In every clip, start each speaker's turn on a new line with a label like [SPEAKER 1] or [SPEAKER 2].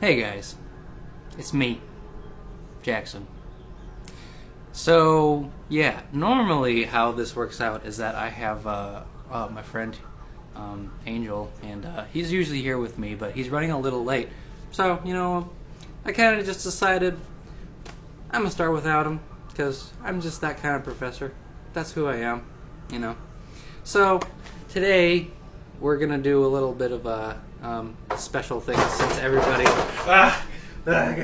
[SPEAKER 1] Hey guys, it's me, Jackson. So, yeah, normally how this works out is that I have uh, uh, my friend um, Angel, and uh, he's usually here with me, but he's running a little late. So, you know, I kind of just decided I'm going to start without him, because I'm just that kind of professor. That's who I am, you know. So, today we're going to do a little bit of a um, special thing since everybody.
[SPEAKER 2] Ah, oh god.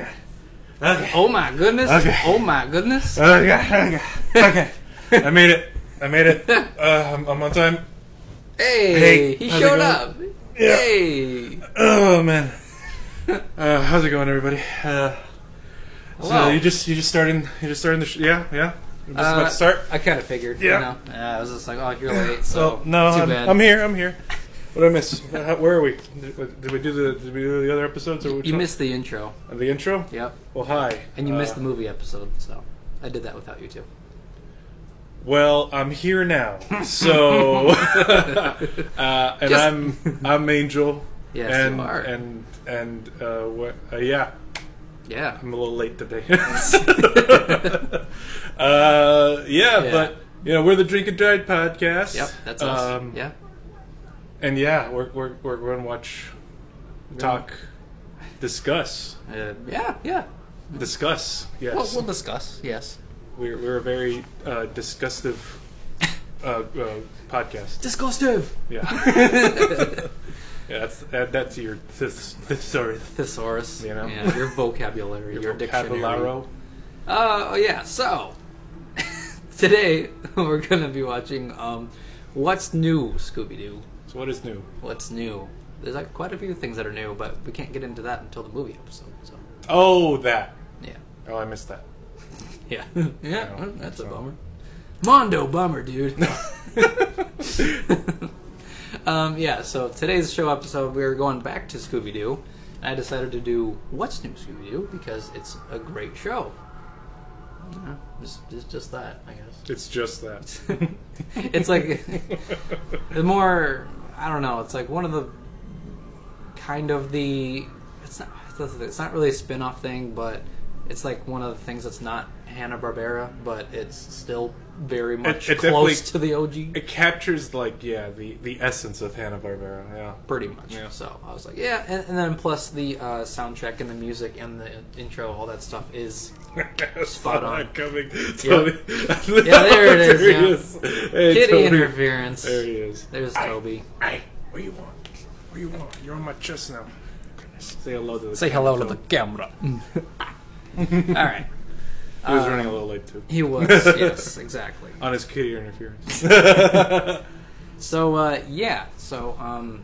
[SPEAKER 2] Okay.
[SPEAKER 1] Oh my goodness!
[SPEAKER 2] Okay.
[SPEAKER 1] Oh my goodness!
[SPEAKER 2] Oh god. Okay. okay. I made it. I made it. Uh, I'm, I'm on time.
[SPEAKER 1] Hey,
[SPEAKER 2] Hey,
[SPEAKER 1] he
[SPEAKER 2] how's it
[SPEAKER 1] showed
[SPEAKER 2] going?
[SPEAKER 1] up.
[SPEAKER 2] Yeah.
[SPEAKER 1] Hey,
[SPEAKER 2] Oh man. Uh, how's it going, everybody? Uh,
[SPEAKER 1] Hello.
[SPEAKER 2] So you just you just starting you just starting the sh- yeah yeah. I'm just about
[SPEAKER 1] Uh,
[SPEAKER 2] to start.
[SPEAKER 1] I kind of figured.
[SPEAKER 2] Yeah.
[SPEAKER 1] You know? Uh, I was just like, oh, you're late. So
[SPEAKER 2] So no,
[SPEAKER 1] too
[SPEAKER 2] I'm,
[SPEAKER 1] bad.
[SPEAKER 2] I'm here. I'm here. What did I miss? Uh, how- Where are we? Did, what- did we do the did we do the other episodes or which
[SPEAKER 1] You
[SPEAKER 2] one?
[SPEAKER 1] missed the intro.
[SPEAKER 2] Uh, the intro?
[SPEAKER 1] Yep.
[SPEAKER 2] Well, hi.
[SPEAKER 1] And you missed the
[SPEAKER 2] Uh,
[SPEAKER 1] movie episode. So I did that without you too.
[SPEAKER 2] Well, I'm here now. So, uh, and
[SPEAKER 1] Just-
[SPEAKER 2] I'm I'm Angel.
[SPEAKER 1] Yes,
[SPEAKER 2] and,
[SPEAKER 1] you are.
[SPEAKER 2] And and uh, what, uh, yeah,
[SPEAKER 1] yeah.
[SPEAKER 2] I'm a little late today. uh, yeah,
[SPEAKER 1] Yeah.
[SPEAKER 2] but you know we're the Drink and Drive podcast.
[SPEAKER 1] Yep. That's us.
[SPEAKER 2] Um,
[SPEAKER 1] yeah.
[SPEAKER 2] And yeah, we're we're we're going to watch, talk, discuss,
[SPEAKER 1] Uh, yeah. Yeah.
[SPEAKER 2] discuss. Yes,
[SPEAKER 1] We'll, we'll discuss. Yes.
[SPEAKER 2] we're we're a very uh, disgustive uh, uh, podcast.
[SPEAKER 1] Disgustive.
[SPEAKER 2] Yeah. yeah, that's that, that's your this this sorry
[SPEAKER 1] Thesaurus.
[SPEAKER 2] You know?
[SPEAKER 1] Yeah, your vocabulary. your, dictionary.
[SPEAKER 2] vocabulary.
[SPEAKER 1] Uh, yeah, so today we're gonna be watching um, what's new, Scooby Doo.
[SPEAKER 2] So what is new?
[SPEAKER 1] What's new? There's like quite a few things that are new, but we can't get into that until the movie episode. So
[SPEAKER 2] Oh, that.
[SPEAKER 1] yeah,
[SPEAKER 2] Oh, I missed that.
[SPEAKER 1] yeah, yeah.
[SPEAKER 2] Yeah,
[SPEAKER 1] that's a
[SPEAKER 2] so-
[SPEAKER 1] bummer. Mondo bummer, dude. um, yeah. So today's show episode, we're going back to Scooby Doo. I decided to do what's new, Scooby Doo, because it's a great show. Yeah, it's, it's just that, I guess.
[SPEAKER 2] It's just that.
[SPEAKER 1] it's like the more I don't know. It's like one of the kind of the it's not it's not really a spin off thing, but it's like one of the things that's not Hanna Barbera, but it's still very much
[SPEAKER 2] it definitely-
[SPEAKER 1] close to the OG,
[SPEAKER 2] It captures like yeah the the essence of Hanna Barbera. Yeah.
[SPEAKER 1] pretty much.
[SPEAKER 2] Yeah.
[SPEAKER 1] So I was like, yeah, and, and then plus the uh, soundtrack and the music and the intro, all that stuff is Spot
[SPEAKER 2] Spot
[SPEAKER 1] on.
[SPEAKER 2] coming.
[SPEAKER 1] Yeah.
[SPEAKER 2] Tony.
[SPEAKER 1] Yeah, there it is,
[SPEAKER 2] There he
[SPEAKER 1] yeah.
[SPEAKER 2] Hey,
[SPEAKER 1] kitty
[SPEAKER 2] Tony.
[SPEAKER 1] interference.
[SPEAKER 2] There he is.
[SPEAKER 1] There's Toby.
[SPEAKER 2] Hey, what do you want? What do you want? You're on my chest now. Say hello to the.
[SPEAKER 1] Say hello to the camera. all right.
[SPEAKER 2] He was running a little late too.
[SPEAKER 1] uh, He was, yes, exactly.
[SPEAKER 2] On his kitty interference.
[SPEAKER 1] So uh, yeah, so um,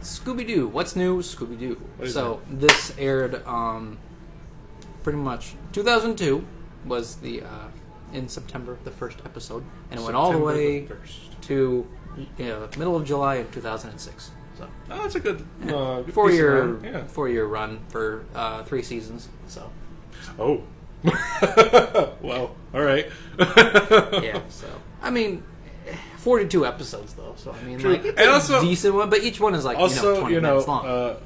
[SPEAKER 1] Scooby Doo. What's new, Scooby Doo?
[SPEAKER 2] What is
[SPEAKER 1] So this aired um, pretty much 2002 was the uh, in September the first episode, and it went all the
[SPEAKER 2] September
[SPEAKER 1] way
[SPEAKER 2] first.
[SPEAKER 1] to you know, middle of July of 2006. So
[SPEAKER 2] Oh, that's a good uh, good
[SPEAKER 1] four
[SPEAKER 2] piece of
[SPEAKER 1] year
[SPEAKER 2] run, Yeah.
[SPEAKER 1] four year run for uh, three seasons. So
[SPEAKER 2] Oh. well, all right.
[SPEAKER 1] yeah, so I mean. 42 episodes though, so I mean,
[SPEAKER 2] True.
[SPEAKER 1] like, it's
[SPEAKER 2] And
[SPEAKER 1] a
[SPEAKER 2] also-
[SPEAKER 1] decent one, but each one is like you know
[SPEAKER 2] Also,
[SPEAKER 1] 20
[SPEAKER 2] you know,
[SPEAKER 1] minutes long.
[SPEAKER 2] uh,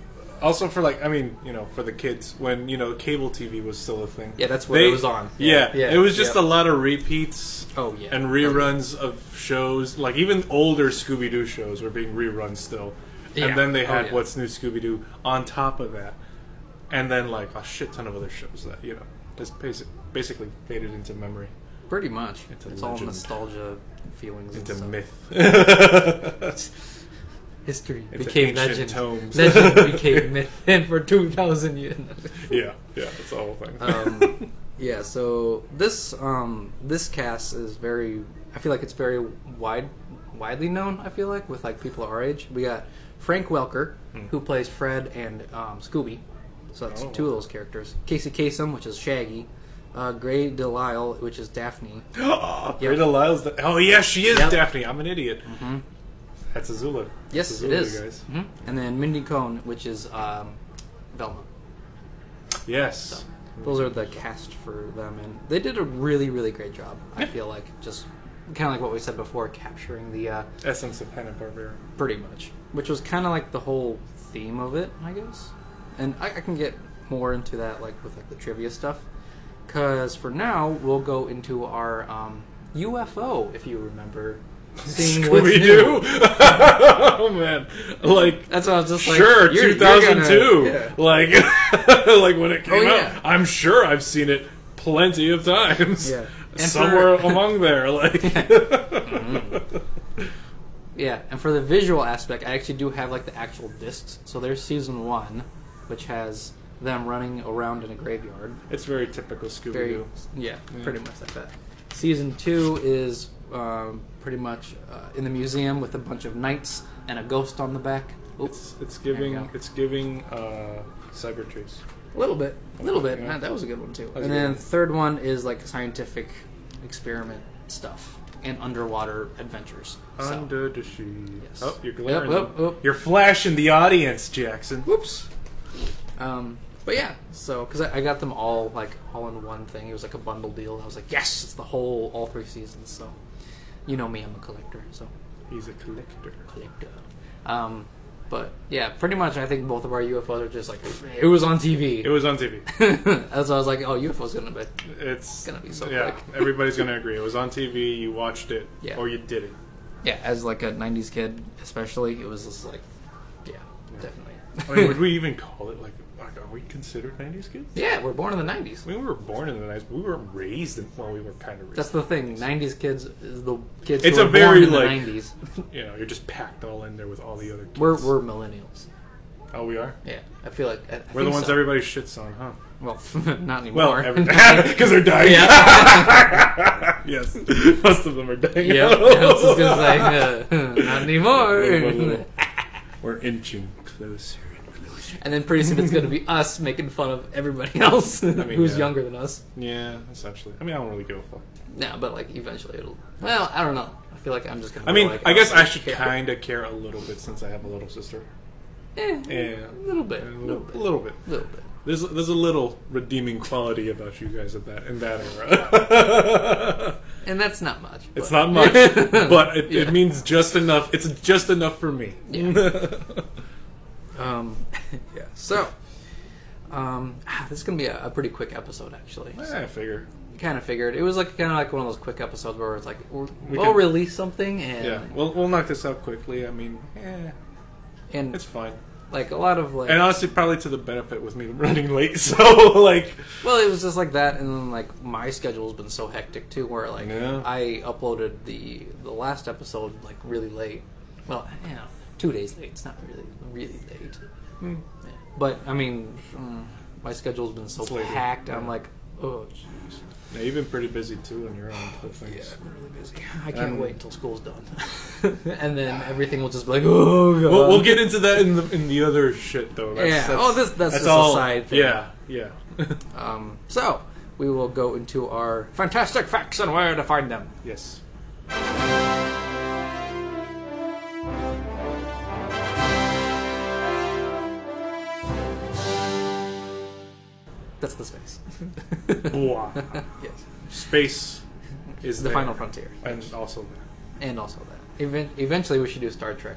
[SPEAKER 2] also for like, I mean, you know, for the kids when you know cable TV was still a thing.
[SPEAKER 1] Yeah, that's where it was on.
[SPEAKER 2] Yeah,
[SPEAKER 1] Yeah.
[SPEAKER 2] it was just
[SPEAKER 1] Yeah.
[SPEAKER 2] a lot of repeats.
[SPEAKER 1] Oh, yeah.
[SPEAKER 2] and reruns of shows like even older Scooby Doo shows were being rerun still,
[SPEAKER 1] Yeah.
[SPEAKER 2] and then
[SPEAKER 1] Oh,
[SPEAKER 2] they had
[SPEAKER 1] yeah.
[SPEAKER 2] What's New Scooby Doo on top of that, and then like a shit ton of other shows that you know just basic, basically faded into memory,
[SPEAKER 1] Pretty much. It's,
[SPEAKER 2] Into
[SPEAKER 1] all
[SPEAKER 2] legend.
[SPEAKER 1] nostalgia feelings.
[SPEAKER 2] into
[SPEAKER 1] and stuff.
[SPEAKER 2] myth.
[SPEAKER 1] History
[SPEAKER 2] Into
[SPEAKER 1] became legend.
[SPEAKER 2] ancient tomes.
[SPEAKER 1] Legend became myth, and for two thousand years.
[SPEAKER 2] yeah, yeah, that's the whole thing.
[SPEAKER 1] Um, yeah. So this um, this cast is very. I feel like it's very wide, widely known. I feel like with like people our age, we got Frank Welker, who plays Fred and um, Scooby. So that's
[SPEAKER 2] Hmm. Oh.
[SPEAKER 1] two of those characters. Casey Kasem, which is Shaggy. Uh, Gray Delisle, which is Daphne.
[SPEAKER 2] Oh,
[SPEAKER 1] Yep.
[SPEAKER 2] Rita Lyle's. The, oh yeah, she is
[SPEAKER 1] Yep. Mm-hmm.
[SPEAKER 2] Daphne. I'm an idiot. That's Azula.
[SPEAKER 1] Yes,
[SPEAKER 2] That's
[SPEAKER 1] it
[SPEAKER 2] Azula,
[SPEAKER 1] is.
[SPEAKER 2] you guys.
[SPEAKER 1] Mhm. And then Mindy Cohn, which is um, Velma.
[SPEAKER 2] Yes.
[SPEAKER 1] Those are the cast for them, and they did a really, really great job. I feel like just kind of like what we said before, capturing the uh,
[SPEAKER 2] Essence of Hanna Barbera.
[SPEAKER 1] pretty much, which was kind of like the whole theme of it, I guess. And I, I can get more into that, like with like the trivia stuff. Because for now, we'll go into our um, UFO, if you remember. Seeing what's
[SPEAKER 2] Scooby
[SPEAKER 1] new.
[SPEAKER 2] Doo. oh man, like
[SPEAKER 1] That's what I was just like.
[SPEAKER 2] sure,
[SPEAKER 1] you're- you're
[SPEAKER 2] 2002.
[SPEAKER 1] gonna- yeah.
[SPEAKER 2] Like, like when it came
[SPEAKER 1] Oh,
[SPEAKER 2] out,
[SPEAKER 1] yeah.
[SPEAKER 2] I'm sure I've seen it plenty of times.
[SPEAKER 1] Yeah. And
[SPEAKER 2] somewhere
[SPEAKER 1] for-
[SPEAKER 2] among there, like.
[SPEAKER 1] Mm-hmm. Yeah, and for the visual aspect, I actually do have like the actual discs. So there's season one, which has them running around in a graveyard.
[SPEAKER 2] It's very typical Scooby
[SPEAKER 1] Very,
[SPEAKER 2] Doo.
[SPEAKER 1] yeah,
[SPEAKER 2] Yeah.
[SPEAKER 1] pretty much like that. Season two is um, pretty much uh, in the museum with a bunch of knights and a ghost on the back.
[SPEAKER 2] It's
[SPEAKER 1] Oops,
[SPEAKER 2] it's
[SPEAKER 1] There you
[SPEAKER 2] giving
[SPEAKER 1] go.
[SPEAKER 2] it's giving uh, cyber trees.
[SPEAKER 1] a little bit, a little bit.
[SPEAKER 2] Yeah.
[SPEAKER 1] That was a good one too.
[SPEAKER 2] was a
[SPEAKER 1] and
[SPEAKER 2] good
[SPEAKER 1] then
[SPEAKER 2] one.
[SPEAKER 1] third one is like scientific experiment stuff and underwater adventures. So.
[SPEAKER 2] Under the sheet.
[SPEAKER 1] Yes.
[SPEAKER 2] Oh, you're glaring.
[SPEAKER 1] Up, up, up.
[SPEAKER 2] You're flashing the audience, Jackson.
[SPEAKER 1] Whoops. Um, but yeah, so because I, I got them all like all in one thing. It was like a bundle deal. I was like, yes, it's the whole all three seasons. So, you know me, I'm a collector. So
[SPEAKER 2] He's a collector.
[SPEAKER 1] collector. Um, but yeah, pretty much. I think both of our UFOs are just like it was on TV.
[SPEAKER 2] It was on TV.
[SPEAKER 1] That's why I was like, oh, UFOs gonna be.
[SPEAKER 2] It's
[SPEAKER 1] Gonna be so
[SPEAKER 2] yeah.
[SPEAKER 1] quick.
[SPEAKER 2] everybody's gonna agree. It was on TV. You watched it,
[SPEAKER 1] Yeah.
[SPEAKER 2] or you did it.
[SPEAKER 1] Yeah, as like a '90s kid, especially, it was just like, yeah, definitely.
[SPEAKER 2] I mean, would we even call it like? Like, are we considered '90s kids?
[SPEAKER 1] yeah, we're born in the '90s.
[SPEAKER 2] I mean, we were born in the '90s. We were raised in. Well, we were kind of raised.
[SPEAKER 1] That's the thing. '90s kids is the kids.
[SPEAKER 2] It's
[SPEAKER 1] who
[SPEAKER 2] a
[SPEAKER 1] were born
[SPEAKER 2] very,
[SPEAKER 1] in the
[SPEAKER 2] like-
[SPEAKER 1] '90s.
[SPEAKER 2] you know, you're just packed all in there with all the other kids.
[SPEAKER 1] We're we're millennials.
[SPEAKER 2] oh, we are.
[SPEAKER 1] Yeah, I feel like I, I
[SPEAKER 2] We're the
[SPEAKER 1] think
[SPEAKER 2] ones
[SPEAKER 1] so.
[SPEAKER 2] everybody shits on, huh?
[SPEAKER 1] Well, not
[SPEAKER 2] Well,
[SPEAKER 1] anymore.
[SPEAKER 2] because they're dying. yes, most of them are dying.
[SPEAKER 1] yeah, I was just gonna say uh, not anymore.
[SPEAKER 2] We're inching closer and closer.
[SPEAKER 1] And then pretty soon it's gonna be us making fun of everybody else
[SPEAKER 2] mean,
[SPEAKER 1] who's
[SPEAKER 2] yeah.
[SPEAKER 1] younger than us.
[SPEAKER 2] Yeah, essentially. I mean, I don't really give a fuck.
[SPEAKER 1] No, but like eventually it'll. Well, I don't know. I feel like I'm just gonna.
[SPEAKER 2] I mean,
[SPEAKER 1] go like,
[SPEAKER 2] I guess
[SPEAKER 1] oh,
[SPEAKER 2] I should
[SPEAKER 1] care.
[SPEAKER 2] kind of care a little bit since I have a little sister.
[SPEAKER 1] Eh,
[SPEAKER 2] Yeah,
[SPEAKER 1] a little bit,
[SPEAKER 2] A
[SPEAKER 1] a
[SPEAKER 2] little,
[SPEAKER 1] little bit,
[SPEAKER 2] a
[SPEAKER 1] a
[SPEAKER 2] little bit.
[SPEAKER 1] little bit.
[SPEAKER 2] There's there's a little redeeming quality about you guys at that in that era.
[SPEAKER 1] And that's not much.
[SPEAKER 2] it's
[SPEAKER 1] but-
[SPEAKER 2] not much, but it,
[SPEAKER 1] Yeah.
[SPEAKER 2] it means just enough. It's just enough for me.
[SPEAKER 1] Um,
[SPEAKER 2] Yeah.
[SPEAKER 1] so, um, this is gonna be a, a pretty quick episode actually. So-
[SPEAKER 2] I figure.
[SPEAKER 1] kind of figured it was like kind of like one of those quick episodes where it's like we're,
[SPEAKER 2] We
[SPEAKER 1] we'll
[SPEAKER 2] can-
[SPEAKER 1] release something and
[SPEAKER 2] Yeah, we'll we'll knock this out quickly. I mean, eh,
[SPEAKER 1] and
[SPEAKER 2] it's fine.
[SPEAKER 1] like a lot of like
[SPEAKER 2] And honestly, probably to the benefit with me running late. So like,
[SPEAKER 1] well it was just like that and then like my schedule's been so hectic too where like
[SPEAKER 2] Yeah.
[SPEAKER 1] I uploaded the the last episode like really late well you know two days late it's not really really late
[SPEAKER 2] Hmm.
[SPEAKER 1] Yeah. but I mean mm, my schedule's been so
[SPEAKER 2] It's later.
[SPEAKER 1] packed I'm
[SPEAKER 2] Yeah.
[SPEAKER 1] like oh jeez
[SPEAKER 2] now you've been pretty busy too on your own with
[SPEAKER 1] yeah
[SPEAKER 2] things.
[SPEAKER 1] I've been really busy I can't
[SPEAKER 2] Um,
[SPEAKER 1] wait until school's done and then everything will just be like oh god
[SPEAKER 2] We'll, we'll get into that in the in the other shit though. That's,
[SPEAKER 1] Yeah.
[SPEAKER 2] That's,
[SPEAKER 1] Oh, this- that's just a side thing.
[SPEAKER 2] Yeah. Yeah.
[SPEAKER 1] Um, so we will go into our fantastic facts and where to find them.
[SPEAKER 2] yes.
[SPEAKER 1] That's the space.
[SPEAKER 2] Wow.
[SPEAKER 1] yes,
[SPEAKER 2] Space is
[SPEAKER 1] the
[SPEAKER 2] there.
[SPEAKER 1] final frontier,
[SPEAKER 2] and also that.
[SPEAKER 1] and also that. Even, eventually, we should do Star Trek.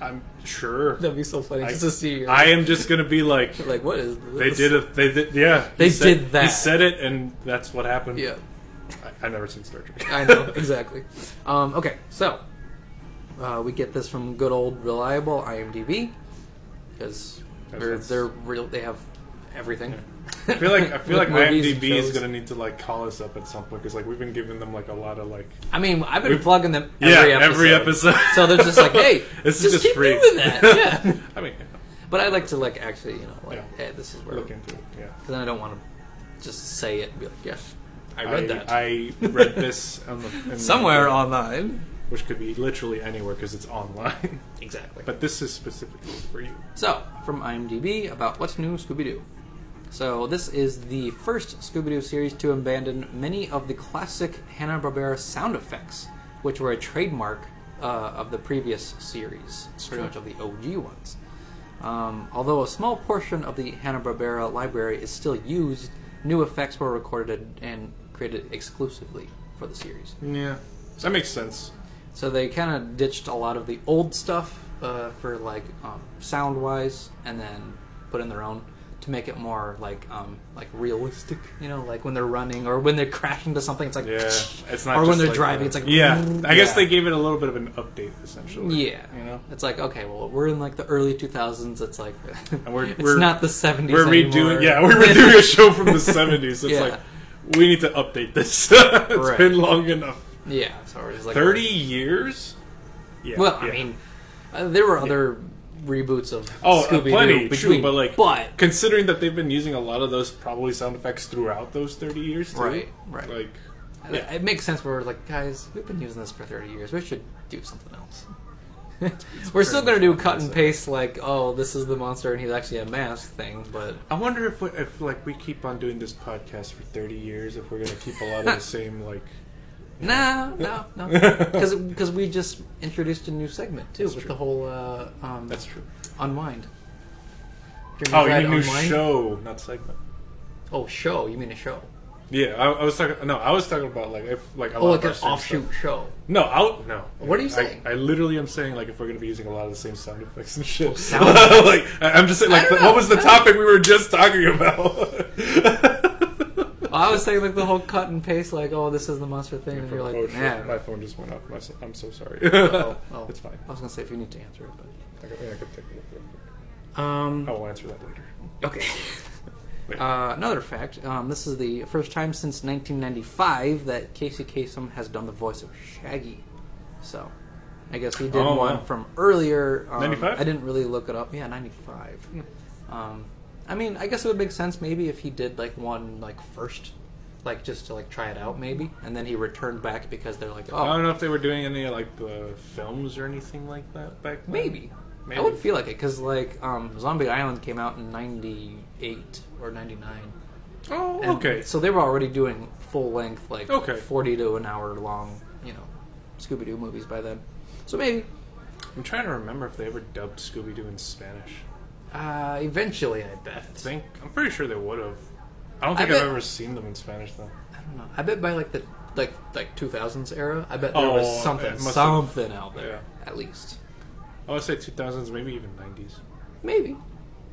[SPEAKER 2] I'm sure.
[SPEAKER 1] That'd be so funny
[SPEAKER 2] I,
[SPEAKER 1] just to see. Your,
[SPEAKER 2] I am just gonna be like.
[SPEAKER 1] like, what is this?
[SPEAKER 2] They did it. They did. Yeah. he
[SPEAKER 1] They
[SPEAKER 2] said-
[SPEAKER 1] did that.
[SPEAKER 2] He said it, and that's what happened.
[SPEAKER 1] Yeah,
[SPEAKER 2] I, I've never seen Star Trek.
[SPEAKER 1] I know exactly. Um, okay, so uh, we get this from good old reliable IMDb because they're
[SPEAKER 2] Yes, that's-
[SPEAKER 1] they're real. They have everything.
[SPEAKER 2] I feel like I feel like
[SPEAKER 1] With movies and
[SPEAKER 2] IMDb is
[SPEAKER 1] shows.
[SPEAKER 2] gonna need to like call us up at some point because like we've been giving them like a lot of like
[SPEAKER 1] I mean, I've been
[SPEAKER 2] We've-
[SPEAKER 1] plugging them
[SPEAKER 2] yeah
[SPEAKER 1] every episode.
[SPEAKER 2] every episode.
[SPEAKER 1] So they're just like, hey,
[SPEAKER 2] this
[SPEAKER 1] just
[SPEAKER 2] is just
[SPEAKER 1] keep
[SPEAKER 2] free.
[SPEAKER 1] doing that. Yeah.
[SPEAKER 2] I mean,
[SPEAKER 1] But I'd like to like actually, you know, like,
[SPEAKER 2] Yeah.
[SPEAKER 1] hey, this is where.
[SPEAKER 2] we're
[SPEAKER 1] Because
[SPEAKER 2] looking through. it, Yeah,
[SPEAKER 1] then I don't want to just say it and be like, yes, I read that
[SPEAKER 2] I read this on the, in
[SPEAKER 1] somewhere
[SPEAKER 2] the,
[SPEAKER 1] online.
[SPEAKER 2] which could be literally anywhere because it's online.
[SPEAKER 1] Exactly.
[SPEAKER 2] But this is specifically for you.
[SPEAKER 1] so from IMDb about what's new Scooby Doo. So this is the first Scooby Doo series to abandon many of the classic Hanna Barbera sound effects, which were a trademark uh, of the previous series, pretty much of the OG ones. Um, although a small portion of the Hanna-Barbera library is still used, new effects were recorded and created exclusively for the series.
[SPEAKER 2] Yeah, that makes sense.
[SPEAKER 1] So they kind of ditched a lot of the old stuff uh, for like um, sound-wise, and then put in their own. to make it more like um like realistic, you know, like when they're running or when they're crashing into something, it's like
[SPEAKER 2] Yeah, it's not.
[SPEAKER 1] Or when
[SPEAKER 2] just
[SPEAKER 1] they're
[SPEAKER 2] like
[SPEAKER 1] driving,
[SPEAKER 2] a-
[SPEAKER 1] it's like,
[SPEAKER 2] yeah. I guess
[SPEAKER 1] yeah.
[SPEAKER 2] they gave it a little bit of an update essentially.
[SPEAKER 1] yeah,
[SPEAKER 2] you know,
[SPEAKER 1] it's like okay, well, we're in like the early 2000s. It's like
[SPEAKER 2] we're-
[SPEAKER 1] it's
[SPEAKER 2] we're-
[SPEAKER 1] not the 70s.
[SPEAKER 2] we're
[SPEAKER 1] anymore.
[SPEAKER 2] redoing. Yeah, we're redoing a show from the seventies. It's
[SPEAKER 1] Yeah.
[SPEAKER 2] like we need to update this. It's
[SPEAKER 1] Right.
[SPEAKER 2] been long enough.
[SPEAKER 1] yeah. So we're just like
[SPEAKER 2] Thirty years. Yeah.
[SPEAKER 1] Well, I
[SPEAKER 2] yeah.
[SPEAKER 1] mean, uh, there were other reboots of
[SPEAKER 2] Oh, uh,
[SPEAKER 1] Scooby Doo
[SPEAKER 2] plenty, true,
[SPEAKER 1] between,
[SPEAKER 2] but, like,
[SPEAKER 1] but
[SPEAKER 2] considering that they've been using a lot of those probably sound effects throughout those thirty years, too,
[SPEAKER 1] Right, right.
[SPEAKER 2] Like, yeah.
[SPEAKER 1] It makes sense where we're like, guys, we've been using this for 30 years. We should do something else. we're still
[SPEAKER 2] pretty
[SPEAKER 1] going to do
[SPEAKER 2] much
[SPEAKER 1] cut and
[SPEAKER 2] awesome.
[SPEAKER 1] paste, like, oh, this is the monster and he's actually a mask thing, but.
[SPEAKER 2] I wonder if, we- if like we keep on doing this podcast for thirty years, if we're gonna keep a lot of the same like.
[SPEAKER 1] No, no, no. Because we just introduced a new segment, too,
[SPEAKER 2] That's
[SPEAKER 1] with
[SPEAKER 2] true.
[SPEAKER 1] the whole uh, um,
[SPEAKER 2] That's true.
[SPEAKER 1] Unwind. Do
[SPEAKER 2] Oh,
[SPEAKER 1] remember
[SPEAKER 2] you
[SPEAKER 1] that
[SPEAKER 2] mean new
[SPEAKER 1] Unwind?
[SPEAKER 2] show, not segment.
[SPEAKER 1] Oh, show. You mean a show.
[SPEAKER 2] Yeah, I, I was talking. No, I was talking about like if like a
[SPEAKER 1] Oh,
[SPEAKER 2] lot
[SPEAKER 1] like
[SPEAKER 2] of our
[SPEAKER 1] an
[SPEAKER 2] same
[SPEAKER 1] offshoot
[SPEAKER 2] stuff-
[SPEAKER 1] show.
[SPEAKER 2] No, I no.
[SPEAKER 1] What are you
[SPEAKER 2] I-
[SPEAKER 1] saying?
[SPEAKER 2] I, literally am saying like if we're gonna be using a lot of the same sound effects and shit.
[SPEAKER 1] Oh, sound
[SPEAKER 2] like I- I'm just saying like
[SPEAKER 1] don't
[SPEAKER 2] the-
[SPEAKER 1] know.
[SPEAKER 2] what was the topic we were just talking about?
[SPEAKER 1] I was saying, like, the whole cut and paste, like, oh, this is the monster thing, and you're like,
[SPEAKER 2] oh shit!
[SPEAKER 1] yeah.
[SPEAKER 2] My phone just went off. My, I'm so sorry.
[SPEAKER 1] oh, oh.
[SPEAKER 2] It's fine.
[SPEAKER 1] I was going to say if you need to answer it, but.
[SPEAKER 2] I could, I could take a look. real quick.
[SPEAKER 1] Um,
[SPEAKER 2] I will answer that later.
[SPEAKER 1] Okay.
[SPEAKER 2] Oh, Wait.
[SPEAKER 1] Uh, another fact: um, this is the first time since 1995 that Casey Kasem has done the voice of Shaggy. So, I guess he did
[SPEAKER 2] Oh,
[SPEAKER 1] one
[SPEAKER 2] wow.
[SPEAKER 1] from earlier. Um,
[SPEAKER 2] 95?
[SPEAKER 1] I didn't really look it up. Yeah, 95.
[SPEAKER 2] Hmm.
[SPEAKER 1] Um, I mean, I guess it would make sense maybe if he did like one like first, like just to like try it out maybe, and then he returned back because they're like,
[SPEAKER 2] I don't
[SPEAKER 1] oh,
[SPEAKER 2] know if they were doing any like the films or anything like that back then.
[SPEAKER 1] maybe.
[SPEAKER 2] Maybe.
[SPEAKER 1] I would feel like it because like um, Zombie Island came out in 98 or 99.
[SPEAKER 2] Oh,
[SPEAKER 1] And
[SPEAKER 2] okay.
[SPEAKER 1] So they were already doing full length, like
[SPEAKER 2] Okay.
[SPEAKER 1] forty to an hour long, you know, Scooby Doo movies by then. So maybe
[SPEAKER 2] I'm trying to remember if they ever dubbed Scooby Doo in Spanish.
[SPEAKER 1] uh, eventually, I bet.
[SPEAKER 2] I think I'm pretty sure they would have. I don't
[SPEAKER 1] I
[SPEAKER 2] think I have
[SPEAKER 1] bet-
[SPEAKER 2] ever seen them in Spanish though.
[SPEAKER 1] I don't know. I bet by like the like like two thousands era, I bet there
[SPEAKER 2] Oh,
[SPEAKER 1] was something
[SPEAKER 2] it must have-
[SPEAKER 1] something out there at least.
[SPEAKER 2] I would say 2000s, maybe even 90s.
[SPEAKER 1] Maybe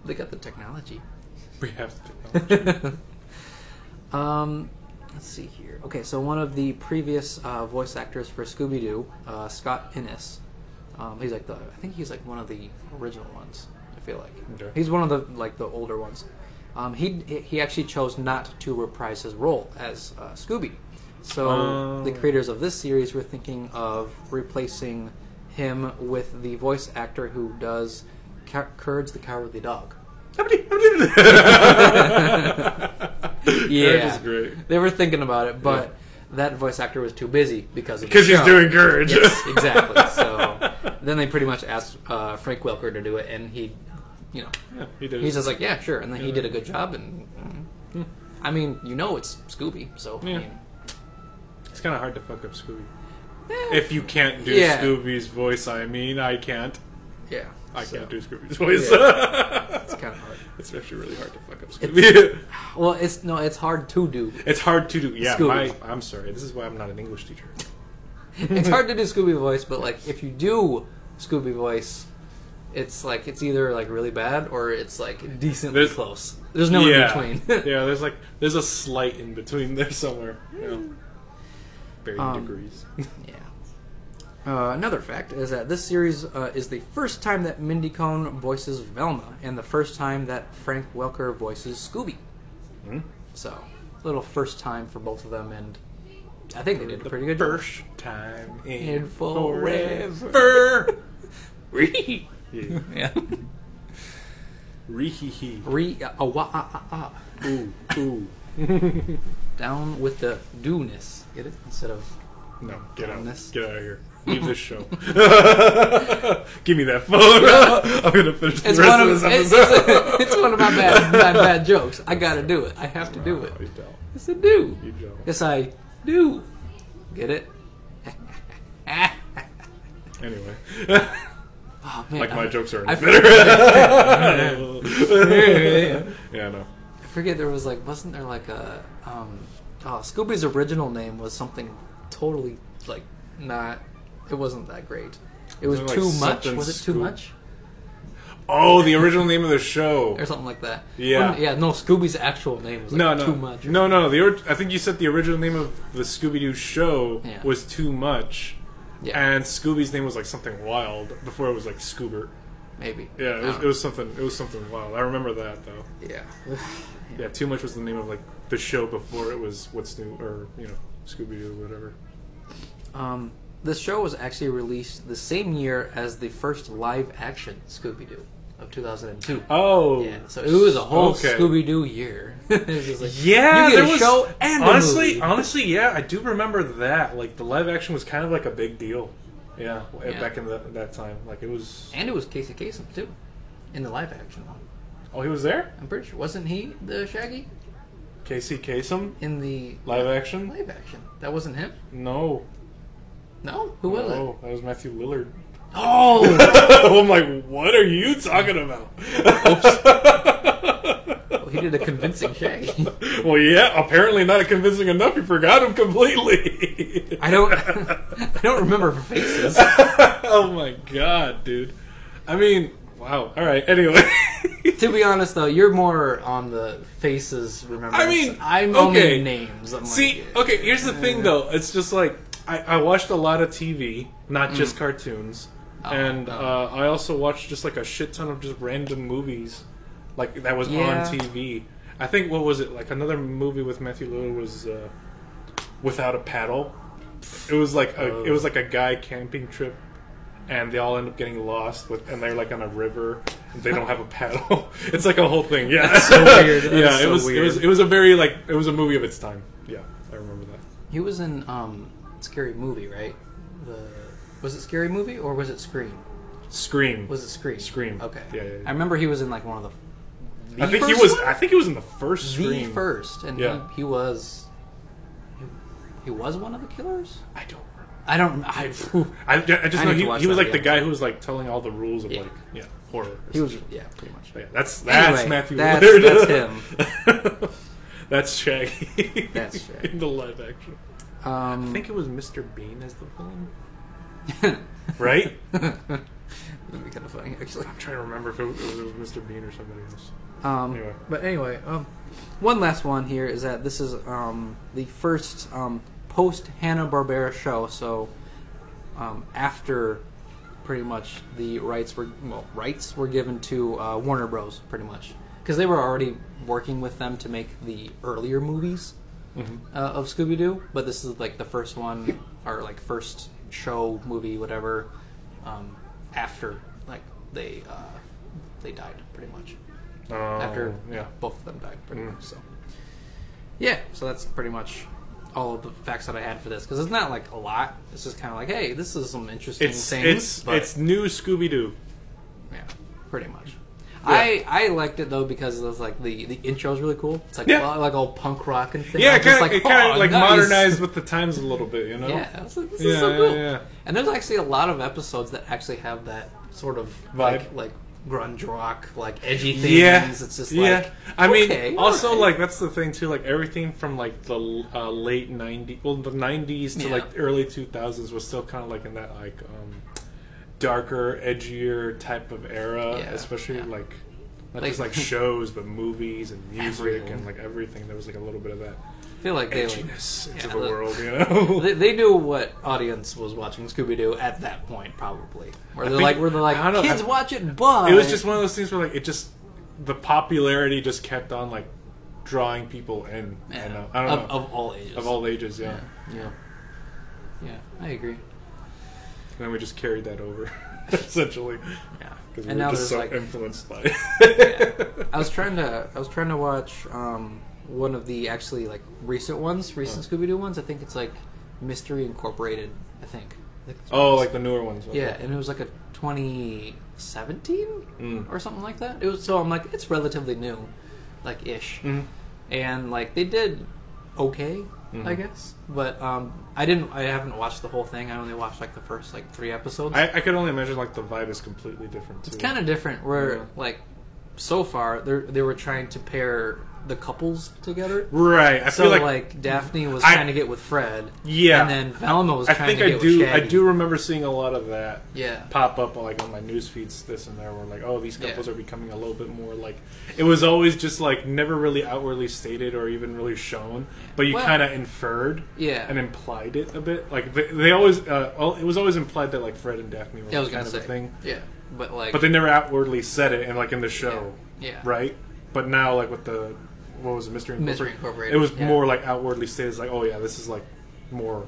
[SPEAKER 1] they got the technology.
[SPEAKER 2] We have to. Technology.
[SPEAKER 1] um, let's see here. Okay, so one of the previous uh, voice actors for Scooby Doo, uh, Scott Innes, um, he's like the I think he's like one of the original ones. I feel like
[SPEAKER 2] Okay.
[SPEAKER 1] he's one of the like the older ones. Um, he he actually chose not to reprise his role as uh, Scooby. So
[SPEAKER 2] Oh.
[SPEAKER 1] the creators of this series were thinking of replacing him with the voice actor who does Ca- Courage the Cowardly Dog.
[SPEAKER 2] Courage is great
[SPEAKER 1] They were thinking about it, but that voice actor was too busy because of the
[SPEAKER 2] because he's
[SPEAKER 1] show.
[SPEAKER 2] doing courage.
[SPEAKER 1] Yes, exactly. So then they pretty much asked uh, Frank Welker to do it, and he, you know,
[SPEAKER 2] Yeah, he did.
[SPEAKER 1] he's just like, yeah, sure, and then he did a good job, and mm, I mean, you know, it's Scooby, so
[SPEAKER 2] Yeah.
[SPEAKER 1] I mean,
[SPEAKER 2] it's kind of hard to fuck up Scooby.
[SPEAKER 1] eh,
[SPEAKER 2] If you can't do
[SPEAKER 1] Yeah.
[SPEAKER 2] Scooby's voice, I mean, I can't.
[SPEAKER 1] yeah,
[SPEAKER 2] I
[SPEAKER 1] so,
[SPEAKER 2] can't do Scooby's voice.
[SPEAKER 1] It's kind of hard.
[SPEAKER 2] It's actually really hard to fuck up Scooby.
[SPEAKER 1] Well, it's no, it's hard to do.
[SPEAKER 2] it's hard to do. Yeah, my,
[SPEAKER 1] Scooby.
[SPEAKER 2] I'm sorry. This is why I'm not an English teacher.
[SPEAKER 1] it's hard to do Scooby voice, but like if you do Scooby voice, it's like it's either like really bad or it's like decently
[SPEAKER 2] There's-
[SPEAKER 1] close. There's no
[SPEAKER 2] yeah.
[SPEAKER 1] in between.
[SPEAKER 2] yeah, there's like there's a slight in between there somewhere. You know. Varying
[SPEAKER 1] Um,
[SPEAKER 2] degrees.
[SPEAKER 1] yeah. Uh, another fact is that this series uh, is the first time that Mindy Cohn voices Velma, and the first time that Frank Welker voices Scooby.
[SPEAKER 2] Hmm?
[SPEAKER 1] So, a little first time for both of them, and I think they did a pretty good job.
[SPEAKER 2] First time in,
[SPEAKER 1] In forever.
[SPEAKER 2] forever. yeah.
[SPEAKER 1] yeah.
[SPEAKER 2] Ree hee hee.
[SPEAKER 1] Re a wa ah ah ah.
[SPEAKER 2] Ooh ooh.
[SPEAKER 1] Down with the do-ness. Get it? Instead of
[SPEAKER 2] No, get out.
[SPEAKER 1] This.
[SPEAKER 2] Get out of here. Leave this show. Give me that phone. I'm gonna finish the
[SPEAKER 1] It's
[SPEAKER 2] rest
[SPEAKER 1] one
[SPEAKER 2] of
[SPEAKER 1] of
[SPEAKER 2] this
[SPEAKER 1] it's,
[SPEAKER 2] episode.
[SPEAKER 1] it's- it's one of my bad my bad jokes. I gotta do it. I have to do it.
[SPEAKER 2] No, you don't.
[SPEAKER 1] Yes, I do.
[SPEAKER 2] You don't.
[SPEAKER 1] Yes, I do. Get it?
[SPEAKER 2] Anyway,
[SPEAKER 1] Oh man,
[SPEAKER 2] like my
[SPEAKER 1] I,
[SPEAKER 2] jokes are
[SPEAKER 1] I-
[SPEAKER 2] better. yeah, no.
[SPEAKER 1] I forget there was like wasn't there like a um, oh, Scooby's original name was something totally like not. It wasn't that great. It was
[SPEAKER 2] Wasn't it,
[SPEAKER 1] too
[SPEAKER 2] like,
[SPEAKER 1] much.
[SPEAKER 2] something
[SPEAKER 1] Was it too
[SPEAKER 2] Scoop?
[SPEAKER 1] much?
[SPEAKER 2] Oh, the original name of the show.
[SPEAKER 1] or something like that.
[SPEAKER 2] Yeah.
[SPEAKER 1] Well, yeah. No, Scooby's actual name was like
[SPEAKER 2] no, no,
[SPEAKER 1] too much.
[SPEAKER 2] no, no. The or- I think you said the original name of the Scooby Doo show
[SPEAKER 1] Yeah.
[SPEAKER 2] was Too Much,
[SPEAKER 1] Yeah.
[SPEAKER 2] and Scooby's name was like something wild before it was like Scoobert.
[SPEAKER 1] maybe.
[SPEAKER 2] Yeah, it was,
[SPEAKER 1] Um,
[SPEAKER 2] it was something. It was something wild. I remember that though.
[SPEAKER 1] yeah.
[SPEAKER 2] Yeah, Too Much was the name of like the show before it was What's New or you know Scooby Doo or whatever.
[SPEAKER 1] Um, the show was actually released the same year as the first live-action Scooby-Doo of 2002.
[SPEAKER 2] Oh,
[SPEAKER 1] Yeah, so it was a whole
[SPEAKER 2] okay.
[SPEAKER 1] Scooby Doo year. It was just like,
[SPEAKER 2] Yeah,
[SPEAKER 1] you get
[SPEAKER 2] there
[SPEAKER 1] a
[SPEAKER 2] was
[SPEAKER 1] show and a
[SPEAKER 2] honestly,
[SPEAKER 1] movie.
[SPEAKER 2] honestly, yeah, I do remember that. Like the live action was kind of like a big deal. Yeah,
[SPEAKER 1] Yeah.
[SPEAKER 2] back in the, that time, like it was.
[SPEAKER 1] and it was Casey Kasem too, in the live action one.
[SPEAKER 2] Oh, he was there.
[SPEAKER 1] I'm pretty sure wasn't he the Shaggy
[SPEAKER 2] Casey Kasem,
[SPEAKER 1] in the
[SPEAKER 2] live action.
[SPEAKER 1] live action? That wasn't him.
[SPEAKER 2] No,
[SPEAKER 1] No, who was it?
[SPEAKER 2] no, that was Matthew Lillard.
[SPEAKER 1] Oh,
[SPEAKER 2] I'm like, what are you talking about?
[SPEAKER 1] Well, he did a convincing Shaggy.
[SPEAKER 2] well, yeah, apparently not convincing enough. You forgot him completely.
[SPEAKER 1] I don't, I don't remember faces.
[SPEAKER 2] oh my god, dude. I mean, wow. All right. Anyway,
[SPEAKER 1] To be honest, though, you're more on the faces. Remember,
[SPEAKER 2] I mean,
[SPEAKER 1] I'm
[SPEAKER 2] okay.
[SPEAKER 1] only names. I'm
[SPEAKER 2] see,
[SPEAKER 1] like,
[SPEAKER 2] okay. Here's the thing, though. It's just like I, I watched a lot of TV, not just cartoons, and
[SPEAKER 1] Mm. Oh, no.
[SPEAKER 2] uh, I also watched just like a shit ton of just random movies, like that was
[SPEAKER 1] Yeah.
[SPEAKER 2] on TV. I think what was it like? Another movie with Matthew Lillard was uh, without a paddle. It was like a, it
[SPEAKER 1] Oh.
[SPEAKER 2] was like a guy camping trip, and they all end up getting lost, with, and they're like on a river. And they don't have a paddle. it's like a whole thing. Yeah,
[SPEAKER 1] so weird. That's
[SPEAKER 2] yeah, it
[SPEAKER 1] so
[SPEAKER 2] was it was
[SPEAKER 1] weird.
[SPEAKER 2] it was a very like it was a movie of its time. Yeah, I remember that.
[SPEAKER 1] He was in um, Scary Movie, right? The was it Scary Movie or was it Scream?
[SPEAKER 2] Scream.
[SPEAKER 1] Was it Scream?
[SPEAKER 2] Scream.
[SPEAKER 1] Okay.
[SPEAKER 2] Yeah, yeah, yeah.
[SPEAKER 1] I remember he was in like one of the. the
[SPEAKER 2] I think he
[SPEAKER 1] first
[SPEAKER 2] was.
[SPEAKER 1] one?
[SPEAKER 2] I think he was in the first
[SPEAKER 1] the
[SPEAKER 2] Scream.
[SPEAKER 1] first, and
[SPEAKER 2] Yeah.
[SPEAKER 1] he, he was. He, he was one of the killers.
[SPEAKER 2] I don't. remember.
[SPEAKER 1] I don't. I,
[SPEAKER 2] I, I just
[SPEAKER 1] I
[SPEAKER 2] know
[SPEAKER 1] need to
[SPEAKER 2] he,
[SPEAKER 1] watch
[SPEAKER 2] he was
[SPEAKER 1] that
[SPEAKER 2] like the
[SPEAKER 1] again.
[SPEAKER 2] guy who was like telling all the rules of
[SPEAKER 1] Yeah.
[SPEAKER 2] like yeah horror. or
[SPEAKER 1] he was.
[SPEAKER 2] something.
[SPEAKER 1] Yeah, pretty much.
[SPEAKER 2] Yeah, that's that's
[SPEAKER 1] Anyway,
[SPEAKER 2] Matthew
[SPEAKER 1] that's-
[SPEAKER 2] Lillard. That's him. that's Shaggy.
[SPEAKER 1] That's Shaggy.
[SPEAKER 2] in the live action. I
[SPEAKER 1] Um,
[SPEAKER 2] think it was Mr. Bean as the villain. Right?
[SPEAKER 1] that'd be kind of funny, actually.
[SPEAKER 2] I'm trying to remember if it was, it was Mr. Bean or somebody else.
[SPEAKER 1] Um,
[SPEAKER 2] Anyway.
[SPEAKER 1] But anyway, um, one last one here is that this is um, the first um, post Hanna Barbera show, so um, after pretty much the rights were well rights were given to uh, Warner Bros. pretty much because they were already working with them to make the earlier movies
[SPEAKER 2] Mm-hmm.
[SPEAKER 1] uh, of Scooby Doo, but this is like the first one or like first show movie whatever um, after like they uh, they died pretty much
[SPEAKER 2] Oh,
[SPEAKER 1] after
[SPEAKER 2] yeah.
[SPEAKER 1] both of them died pretty
[SPEAKER 2] Mm.
[SPEAKER 1] much so yeah so that's pretty much all of the facts that i had for this because it's not like a lot it's just kind of like hey this is some interesting
[SPEAKER 2] It's
[SPEAKER 1] things
[SPEAKER 2] it's
[SPEAKER 1] but
[SPEAKER 2] it's new Scooby Doo.
[SPEAKER 1] yeah pretty much I, I liked it though because it was like the the intro is really cool. It's like
[SPEAKER 2] Yeah.
[SPEAKER 1] well, like old punk rock and thing.
[SPEAKER 2] Yeah,
[SPEAKER 1] I'm
[SPEAKER 2] it kind
[SPEAKER 1] just
[SPEAKER 2] of it kind of
[SPEAKER 1] "Oh,
[SPEAKER 2] like
[SPEAKER 1] nice."
[SPEAKER 2] modernized with the times a little bit, you know.
[SPEAKER 1] Yeah, I was like, this
[SPEAKER 2] Yeah,
[SPEAKER 1] is so
[SPEAKER 2] yeah,
[SPEAKER 1] cool.
[SPEAKER 2] yeah.
[SPEAKER 1] And there's actually a lot of episodes that actually have that sort of
[SPEAKER 2] Vibe.
[SPEAKER 1] like like grunge rock, like edgy things.
[SPEAKER 2] Yeah,
[SPEAKER 1] It's just
[SPEAKER 2] yeah.
[SPEAKER 1] like
[SPEAKER 2] I mean,
[SPEAKER 1] okay,
[SPEAKER 2] also
[SPEAKER 1] alright.
[SPEAKER 2] like that's the thing too. Like everything from like the uh, late '90s, well, the '90s to
[SPEAKER 1] Yeah.
[SPEAKER 2] like early 2000s was still kind of like in that like um, darker, edgier type of era.
[SPEAKER 1] Yeah,
[SPEAKER 2] Especially
[SPEAKER 1] yeah.
[SPEAKER 2] like not
[SPEAKER 1] Like-
[SPEAKER 2] just like shows, but movies and music
[SPEAKER 1] Everything.
[SPEAKER 2] and like everything. There was like a little bit of that
[SPEAKER 1] I feel like they like,
[SPEAKER 2] edginess into
[SPEAKER 1] yeah,
[SPEAKER 2] the,
[SPEAKER 1] the-
[SPEAKER 2] world, you know.
[SPEAKER 1] They, they knew what audience was watching Scooby Doo at that point, probably. Where they're
[SPEAKER 2] think-
[SPEAKER 1] like, where they're like,
[SPEAKER 2] I don't know,
[SPEAKER 1] kids
[SPEAKER 2] I-
[SPEAKER 1] watch it, but
[SPEAKER 2] it was just one of those things where like it just the popularity just kept on like drawing people in. I don't know. I don't
[SPEAKER 1] of,
[SPEAKER 2] know.
[SPEAKER 1] of all ages.
[SPEAKER 2] Of all ages, yeah.
[SPEAKER 1] yeah, yeah, I agree.
[SPEAKER 2] And then we just carried that over, essentially.
[SPEAKER 1] Yeah,
[SPEAKER 2] Because we
[SPEAKER 1] and
[SPEAKER 2] were
[SPEAKER 1] now there's
[SPEAKER 2] just so
[SPEAKER 1] like,
[SPEAKER 2] influenced by it.
[SPEAKER 1] I was trying to, I was trying to watch um, one of the actually like recent ones, recent
[SPEAKER 2] Oh.
[SPEAKER 1] Scooby Doo ones. I think it's like Mystery Incorporated. I think. I think it's-
[SPEAKER 2] oh, like the newer ones. okay.
[SPEAKER 1] Yeah, and it was like a 2017
[SPEAKER 2] Mm.
[SPEAKER 1] or something like that. It was so I'm like it's relatively new, like ish,
[SPEAKER 2] Mhm.
[SPEAKER 1] and like they did okay,
[SPEAKER 2] Mm-hmm.
[SPEAKER 1] I guess. But um, I didn't. I haven't watched the whole thing. I only watched like the first like three episodes.
[SPEAKER 2] I, I could only imagine like the vibe is completely different too.
[SPEAKER 1] it's kind of different. Where
[SPEAKER 2] Yeah.
[SPEAKER 1] like so far they they were trying to pair the couples together.
[SPEAKER 2] Right. I
[SPEAKER 1] So
[SPEAKER 2] feel
[SPEAKER 1] like,
[SPEAKER 2] like,
[SPEAKER 1] Daphne was
[SPEAKER 2] I-
[SPEAKER 1] trying to get with Fred.
[SPEAKER 2] Yeah.
[SPEAKER 1] And then Velma was
[SPEAKER 2] I
[SPEAKER 1] trying
[SPEAKER 2] think
[SPEAKER 1] to
[SPEAKER 2] I
[SPEAKER 1] get
[SPEAKER 2] do.
[SPEAKER 1] with Shaggy.
[SPEAKER 2] I do remember seeing a lot of that
[SPEAKER 1] Yeah.
[SPEAKER 2] pop up like on my news feeds, this and there. Where like, oh, these couples
[SPEAKER 1] Yeah.
[SPEAKER 2] are becoming a little bit more like. It was always just like never really outwardly stated or even really shown, but you
[SPEAKER 1] Well-
[SPEAKER 2] kind of inferred
[SPEAKER 1] Yeah.
[SPEAKER 2] and implied it a bit. Like they, they always, uh, well, it was always implied that like Fred and Daphne were
[SPEAKER 1] Yeah, I was
[SPEAKER 2] kind
[SPEAKER 1] gonna
[SPEAKER 2] of
[SPEAKER 1] say.
[SPEAKER 2] a thing,
[SPEAKER 1] Yeah. But like.
[SPEAKER 2] but they never outwardly said it. And like in the show,
[SPEAKER 1] yeah.
[SPEAKER 2] right? But now like with the what was it, Mystery Incorporated?
[SPEAKER 1] Mystery Incorporated.
[SPEAKER 2] It was
[SPEAKER 1] yeah.
[SPEAKER 2] more like outwardly stated, it's like, oh yeah, this is like more.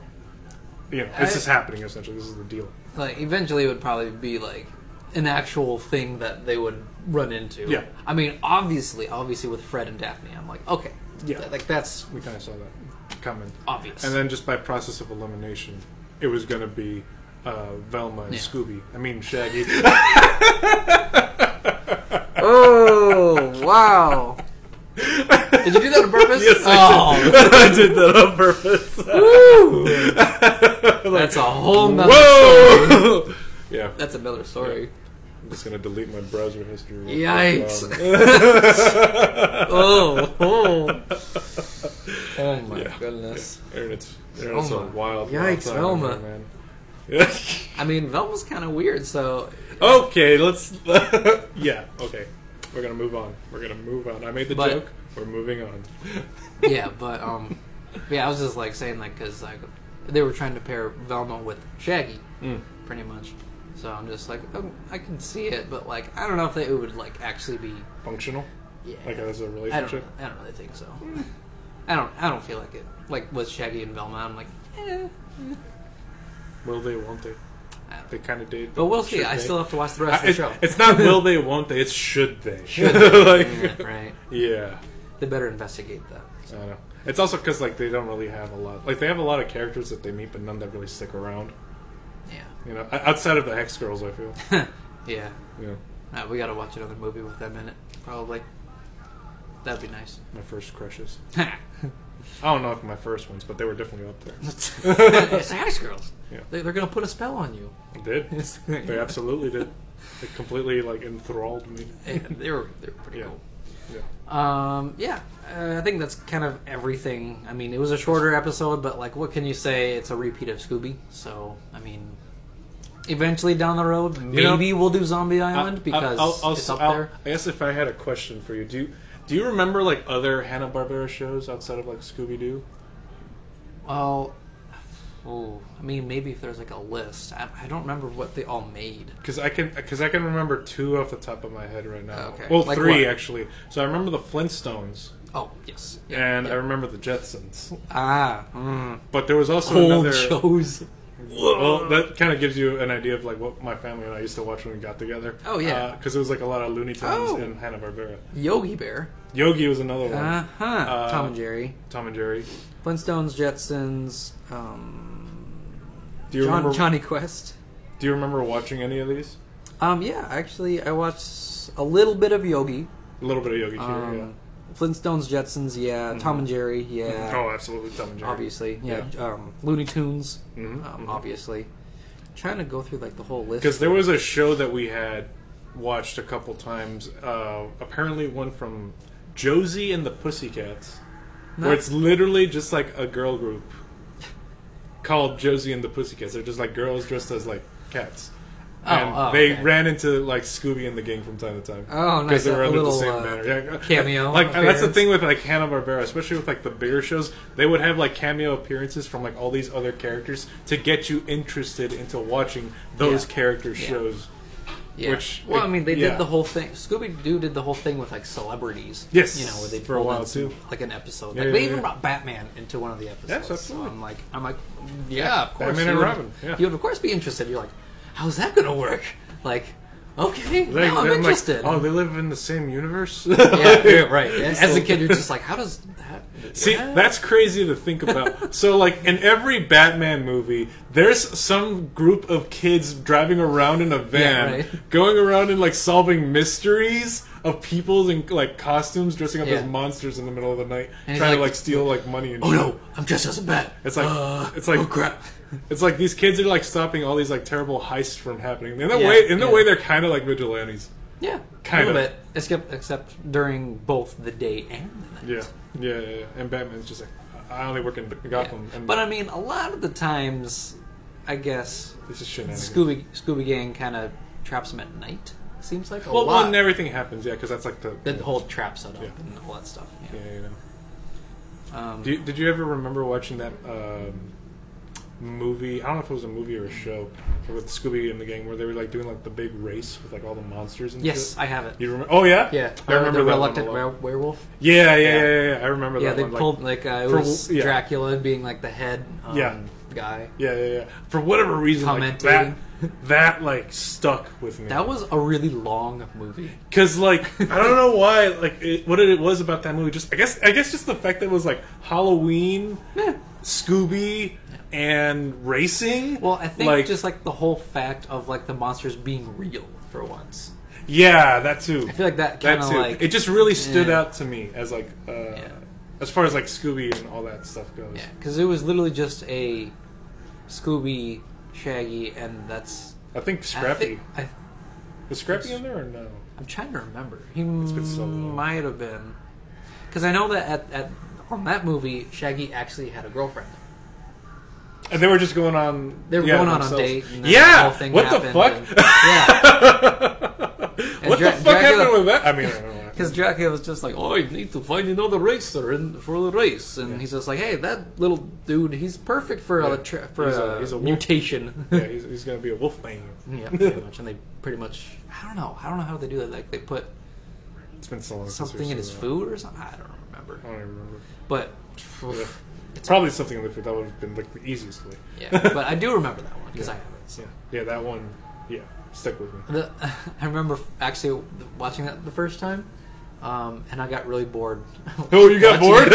[SPEAKER 2] You know, this
[SPEAKER 1] I-
[SPEAKER 2] is happening essentially. This is the deal.
[SPEAKER 1] like eventually it would probably be like an actual thing that they would run into.
[SPEAKER 2] Yeah.
[SPEAKER 1] I mean, obviously, obviously with Fred and Daphne, I'm like, okay,
[SPEAKER 2] Yeah.
[SPEAKER 1] th- like that's
[SPEAKER 2] We kind of saw that coming.
[SPEAKER 1] obvious.
[SPEAKER 2] And then just by process of elimination, it was going to be uh, Velma and
[SPEAKER 1] Yeah.
[SPEAKER 2] Scooby. I mean, Shaggy.
[SPEAKER 1] oh wow! Did you do that on purpose?
[SPEAKER 2] yes,
[SPEAKER 1] oh,
[SPEAKER 2] I, did. I did that on purpose.
[SPEAKER 1] Woo!
[SPEAKER 2] Like,
[SPEAKER 1] that's a whole nother.
[SPEAKER 2] Whoa! yeah,
[SPEAKER 1] That's another story.
[SPEAKER 2] I'm just going to delete my browser history. real quick.
[SPEAKER 1] Yikes.
[SPEAKER 2] Um,
[SPEAKER 1] Oh, oh, oh my
[SPEAKER 2] Yeah.
[SPEAKER 1] goodness!
[SPEAKER 2] Internet's, internet's a
[SPEAKER 1] Velma.
[SPEAKER 2] wild,
[SPEAKER 1] Yikes,
[SPEAKER 2] wild time out
[SPEAKER 1] Velma.
[SPEAKER 2] there, man. Yeah.
[SPEAKER 1] I mean, Velma's kind of weird, so
[SPEAKER 2] okay, let's. yeah, okay. We're gonna move on. We're gonna move on. I made the
[SPEAKER 1] But-
[SPEAKER 2] joke. We're moving on.
[SPEAKER 1] yeah, but um, yeah, I was just like saying like because like they were trying to pair Velma with Shaggy,
[SPEAKER 2] Mm.
[SPEAKER 1] pretty much. So I'm just like um, I can see it, but like I don't know if they, it would like actually be.
[SPEAKER 2] Functional,
[SPEAKER 1] Yeah,
[SPEAKER 2] like as a
[SPEAKER 1] I don't.
[SPEAKER 2] relationship.
[SPEAKER 1] know. I don't really think so. I don't. I don't feel like it. Like with Shaggy and Velma, I'm like, eh.
[SPEAKER 2] Will they? Won't they?
[SPEAKER 1] I don't
[SPEAKER 2] They kind of did.
[SPEAKER 1] But we'll see.
[SPEAKER 2] Should
[SPEAKER 1] I
[SPEAKER 2] they?
[SPEAKER 1] still have to watch the
[SPEAKER 2] I-
[SPEAKER 1] rest of the
[SPEAKER 2] it's,
[SPEAKER 1] show.
[SPEAKER 2] it's not will they? Won't they? It's should they?
[SPEAKER 1] Should
[SPEAKER 2] like,
[SPEAKER 1] Yeah, right.
[SPEAKER 2] yeah.
[SPEAKER 1] They better investigate that.
[SPEAKER 2] I don't know. It's also because like they don't really have a lot. Like they have a lot of characters that they meet, but none that really stick around.
[SPEAKER 1] Yeah.
[SPEAKER 2] You know, O- outside of the Hex Girls, I feel.
[SPEAKER 1] yeah.
[SPEAKER 2] yeah.
[SPEAKER 1] No, we got to watch another movie with them in it, probably. That'd be nice.
[SPEAKER 2] My first crushes. I don't know if my first ones, but they were definitely up there.
[SPEAKER 1] it's the Hex Girls.
[SPEAKER 2] Yeah.
[SPEAKER 1] They, they're going to put a spell on you.
[SPEAKER 2] They did. They absolutely did. They completely like enthralled me.
[SPEAKER 1] Yeah, they were they were pretty
[SPEAKER 2] Yeah. Yeah.
[SPEAKER 1] cool. Um, yeah, uh, I think that's kind of everything. I mean, it was a shorter episode, but like, what can you say? It's a repeat of Scooby. So, I mean, eventually down the road, maybe
[SPEAKER 2] know,
[SPEAKER 1] we'll do Zombie Island because
[SPEAKER 2] I'll- I'll-
[SPEAKER 1] it's up
[SPEAKER 2] I'll-
[SPEAKER 1] there.
[SPEAKER 2] I guess if I had a question for you, do you, do you remember like other Hanna Barbera shows outside of like Scooby Doo?
[SPEAKER 1] Well, oh, I mean, maybe if there's like a list. I, I don't remember what they all made.
[SPEAKER 2] Because I can because I can remember two off the top of my head right now.
[SPEAKER 1] Okay.
[SPEAKER 2] Well,
[SPEAKER 1] Like
[SPEAKER 2] three
[SPEAKER 1] what?
[SPEAKER 2] actually. So I remember the Flintstones
[SPEAKER 1] Oh, yes.
[SPEAKER 2] and I remember the Jetsons.
[SPEAKER 1] ah, mm,
[SPEAKER 2] But there was also
[SPEAKER 1] cold
[SPEAKER 2] another.
[SPEAKER 1] shows.
[SPEAKER 2] Well, that kind of gives you an idea of like what my family and I used to watch when we got together.
[SPEAKER 1] Oh, yeah.
[SPEAKER 2] because it was like a lot of Looney Tunes
[SPEAKER 1] Oh.
[SPEAKER 2] and Hanna Barbera.
[SPEAKER 1] Yogi Bear.
[SPEAKER 2] Yogi was another one.
[SPEAKER 1] Uh-huh.
[SPEAKER 2] Uh,
[SPEAKER 1] Tom and Jerry.
[SPEAKER 2] Tom and Jerry.
[SPEAKER 1] Flintstones, Jetsons, um,
[SPEAKER 2] Do you
[SPEAKER 1] John-
[SPEAKER 2] remember?
[SPEAKER 1] Johnny Quest.
[SPEAKER 2] Do you remember watching any of these?
[SPEAKER 1] Um, yeah, actually, I watched a little bit of Yogi.
[SPEAKER 2] A little bit of Yogi
[SPEAKER 1] Um,
[SPEAKER 2] too.
[SPEAKER 1] Flintstones, Jetsons, yeah. Tom and Jerry,
[SPEAKER 2] Yeah.
[SPEAKER 1] yeah.
[SPEAKER 2] Mm-hmm. Oh, absolutely, Tom and Jerry.
[SPEAKER 1] obviously, yeah. Um, Looney Tunes,
[SPEAKER 2] Mhm,
[SPEAKER 1] um,
[SPEAKER 2] mhm.
[SPEAKER 1] obviously. trying to go through like the whole list.
[SPEAKER 2] Because there was a show that we had watched a couple times. Uh, apparently, one from Josie and the Pussycats,
[SPEAKER 1] No.
[SPEAKER 2] where it's literally just like a girl group called Josie and the Pussycats. They're just like girls dressed as like cats.
[SPEAKER 1] Oh,
[SPEAKER 2] and
[SPEAKER 1] oh,
[SPEAKER 2] they
[SPEAKER 1] okay.
[SPEAKER 2] ran into like Scooby and the gang from time to time.
[SPEAKER 1] Oh, nice.
[SPEAKER 2] Because they
[SPEAKER 1] A
[SPEAKER 2] were under
[SPEAKER 1] little,
[SPEAKER 2] the same
[SPEAKER 1] uh,
[SPEAKER 2] banner. Yeah.
[SPEAKER 1] cameo
[SPEAKER 2] Like and that's the
[SPEAKER 1] appearance.
[SPEAKER 2] thing with like Hanna Barbera, especially with like the bigger shows, they would have like cameo appearances from like all these other characters to get you interested into watching those
[SPEAKER 1] Yeah.
[SPEAKER 2] character
[SPEAKER 1] Yeah.
[SPEAKER 2] shows.
[SPEAKER 1] Yeah.
[SPEAKER 2] Which-
[SPEAKER 1] well, I mean, they
[SPEAKER 2] yeah.
[SPEAKER 1] did the whole thing. Scooby Doo did the whole thing with like celebrities.
[SPEAKER 2] Yes,
[SPEAKER 1] you know, where they
[SPEAKER 2] for a
[SPEAKER 1] pulled in
[SPEAKER 2] while,
[SPEAKER 1] some-
[SPEAKER 2] too.
[SPEAKER 1] like an episode.
[SPEAKER 2] Yeah,
[SPEAKER 1] like
[SPEAKER 2] yeah,
[SPEAKER 1] they
[SPEAKER 2] yeah,
[SPEAKER 1] even
[SPEAKER 2] yeah.
[SPEAKER 1] brought Batman into one of the episodes.
[SPEAKER 2] absolutely.
[SPEAKER 1] So I'm like, I'm like, yeah, of course.
[SPEAKER 2] Batman
[SPEAKER 1] you
[SPEAKER 2] and
[SPEAKER 1] would-
[SPEAKER 2] Robin, yeah.
[SPEAKER 1] You would of course be interested. You're like, how's that going to work? Like, okay,
[SPEAKER 2] They-
[SPEAKER 1] now I'm
[SPEAKER 2] they're, like,
[SPEAKER 1] interested.
[SPEAKER 2] oh, they live in the same universe.
[SPEAKER 1] yeah, yeah, right. As a kid, you're just like, how does that?
[SPEAKER 2] See,
[SPEAKER 1] yeah.
[SPEAKER 2] that's crazy to think about. so, like, in every Batman movie, there's some group of kids driving around in a van,
[SPEAKER 1] right.
[SPEAKER 2] going around and, like, solving mysteries of people's, in, like, costumes, dressing up
[SPEAKER 1] Yeah.
[SPEAKER 2] as monsters in the middle of the night,
[SPEAKER 1] And he's
[SPEAKER 2] trying to,
[SPEAKER 1] like,
[SPEAKER 2] like, steal, like, money and
[SPEAKER 1] Oh
[SPEAKER 2] shit.
[SPEAKER 1] no, I'm just as a bat.
[SPEAKER 2] It's like-
[SPEAKER 1] Uh,
[SPEAKER 2] it's like-
[SPEAKER 1] oh crap.
[SPEAKER 2] It's like these kids are, like, stopping all these, like, terrible heists from happening. In a
[SPEAKER 1] Yeah,
[SPEAKER 2] way, in a
[SPEAKER 1] yeah.
[SPEAKER 2] way, they're kind of like vigilantes.
[SPEAKER 1] Yeah,
[SPEAKER 2] Kind
[SPEAKER 1] a little
[SPEAKER 2] of.
[SPEAKER 1] bit, except except during both the day and the night.
[SPEAKER 2] Yeah, yeah, yeah. yeah. And Batman's just like, I only work in Gotham.
[SPEAKER 1] Yeah.
[SPEAKER 2] And
[SPEAKER 1] But um, I mean, a lot of the times, I guess
[SPEAKER 2] this is shenanigans.
[SPEAKER 1] Scooby Scooby Gang kind of traps them at night. Seems like a
[SPEAKER 2] well,
[SPEAKER 1] lot.
[SPEAKER 2] well, and everything happens, yeah, because that's like the.
[SPEAKER 1] the whole trap setup
[SPEAKER 2] Yeah.
[SPEAKER 1] and all that stuff.
[SPEAKER 2] Yeah,
[SPEAKER 1] Yeah.
[SPEAKER 2] you know.
[SPEAKER 1] Um,
[SPEAKER 2] Do you, did you ever remember watching that um, movie? I don't know if it was a movie or a show with Scooby and the gang where they were like doing like the big race with like all the monsters and
[SPEAKER 1] yes,
[SPEAKER 2] shit?
[SPEAKER 1] I have it.
[SPEAKER 2] You remember? Oh yeah,
[SPEAKER 1] yeah,
[SPEAKER 2] I remember
[SPEAKER 1] the
[SPEAKER 2] that
[SPEAKER 1] reluctant
[SPEAKER 2] one a lot.
[SPEAKER 1] were- werewolf. Yeah.
[SPEAKER 2] Yeah, yeah, yeah, yeah, yeah. I remember
[SPEAKER 1] Yeah,
[SPEAKER 2] that
[SPEAKER 1] they
[SPEAKER 2] one. like-
[SPEAKER 1] pulled like, uh, it
[SPEAKER 2] for-
[SPEAKER 1] was
[SPEAKER 2] yeah.
[SPEAKER 1] Dracula being like the head um,
[SPEAKER 2] Yeah.
[SPEAKER 1] guy.
[SPEAKER 2] yeah, yeah, yeah. For whatever reason, like, that
[SPEAKER 1] Commentating.
[SPEAKER 2] that like stuck with me.
[SPEAKER 1] That was a really long movie.
[SPEAKER 2] Cause like I don't know why like it, what it was about that movie just I guess I guess just the fact that it was like Halloween, Scooby, and racing.
[SPEAKER 1] Well, I think
[SPEAKER 2] like,
[SPEAKER 1] just like the whole fact of like the monsters being real for once.
[SPEAKER 2] yeah, that too.
[SPEAKER 1] I feel like that kind
[SPEAKER 2] that
[SPEAKER 1] of
[SPEAKER 2] too.
[SPEAKER 1] like
[SPEAKER 2] it just really stood
[SPEAKER 1] Yeah.
[SPEAKER 2] out to me as like uh,
[SPEAKER 1] yeah,
[SPEAKER 2] as far as like Scooby and all that stuff goes.
[SPEAKER 1] because it was literally just a Scooby, Shaggy, and that's
[SPEAKER 2] I think
[SPEAKER 1] I
[SPEAKER 2] Scrappy
[SPEAKER 1] think- I,
[SPEAKER 2] was Scrappy in there or no?
[SPEAKER 1] I'm trying to remember. He
[SPEAKER 2] been so long.
[SPEAKER 1] might have been because I know that at, at on that movie Shaggy actually had a girlfriend.
[SPEAKER 2] And Uh, they were just going on.
[SPEAKER 1] They were
[SPEAKER 2] yeah,
[SPEAKER 1] going on a
[SPEAKER 2] themselves.
[SPEAKER 1] date. And then
[SPEAKER 2] yeah.
[SPEAKER 1] the whole thing
[SPEAKER 2] what the
[SPEAKER 1] happened
[SPEAKER 2] fuck?
[SPEAKER 1] and- yeah. Dra-
[SPEAKER 2] what the fuck
[SPEAKER 1] Dracula-
[SPEAKER 2] happened with that? I mean, I don't know.
[SPEAKER 1] Because Dracula was just like, "Oh, I need to find another racer in, for the race," and he's just like, "Hey, that little dude, he's perfect for
[SPEAKER 2] Yeah.
[SPEAKER 1] a tra- for
[SPEAKER 2] He's
[SPEAKER 1] a,
[SPEAKER 2] a- he's a wolf.
[SPEAKER 1] mutation."
[SPEAKER 2] yeah, he's, he's gonna be a wolf man.
[SPEAKER 1] yeah, pretty much. And they pretty much, I don't know, I don't know how they do that. Like they put
[SPEAKER 2] It's been so long. since
[SPEAKER 1] something
[SPEAKER 2] we've
[SPEAKER 1] in
[SPEAKER 2] seen
[SPEAKER 1] his
[SPEAKER 2] that.
[SPEAKER 1] food or something. I don't remember,
[SPEAKER 2] I don't even remember.
[SPEAKER 1] but
[SPEAKER 2] Yeah. Probably something in the food that would have been like the easiest way.
[SPEAKER 1] yeah, but I do remember that one because I
[SPEAKER 2] Yeah.
[SPEAKER 1] have it. so.
[SPEAKER 2] Yeah, yeah, that one. Yeah, stick with me.
[SPEAKER 1] The, I remember actually watching that the first time, um, and I got really bored.
[SPEAKER 2] Oh, you got bored?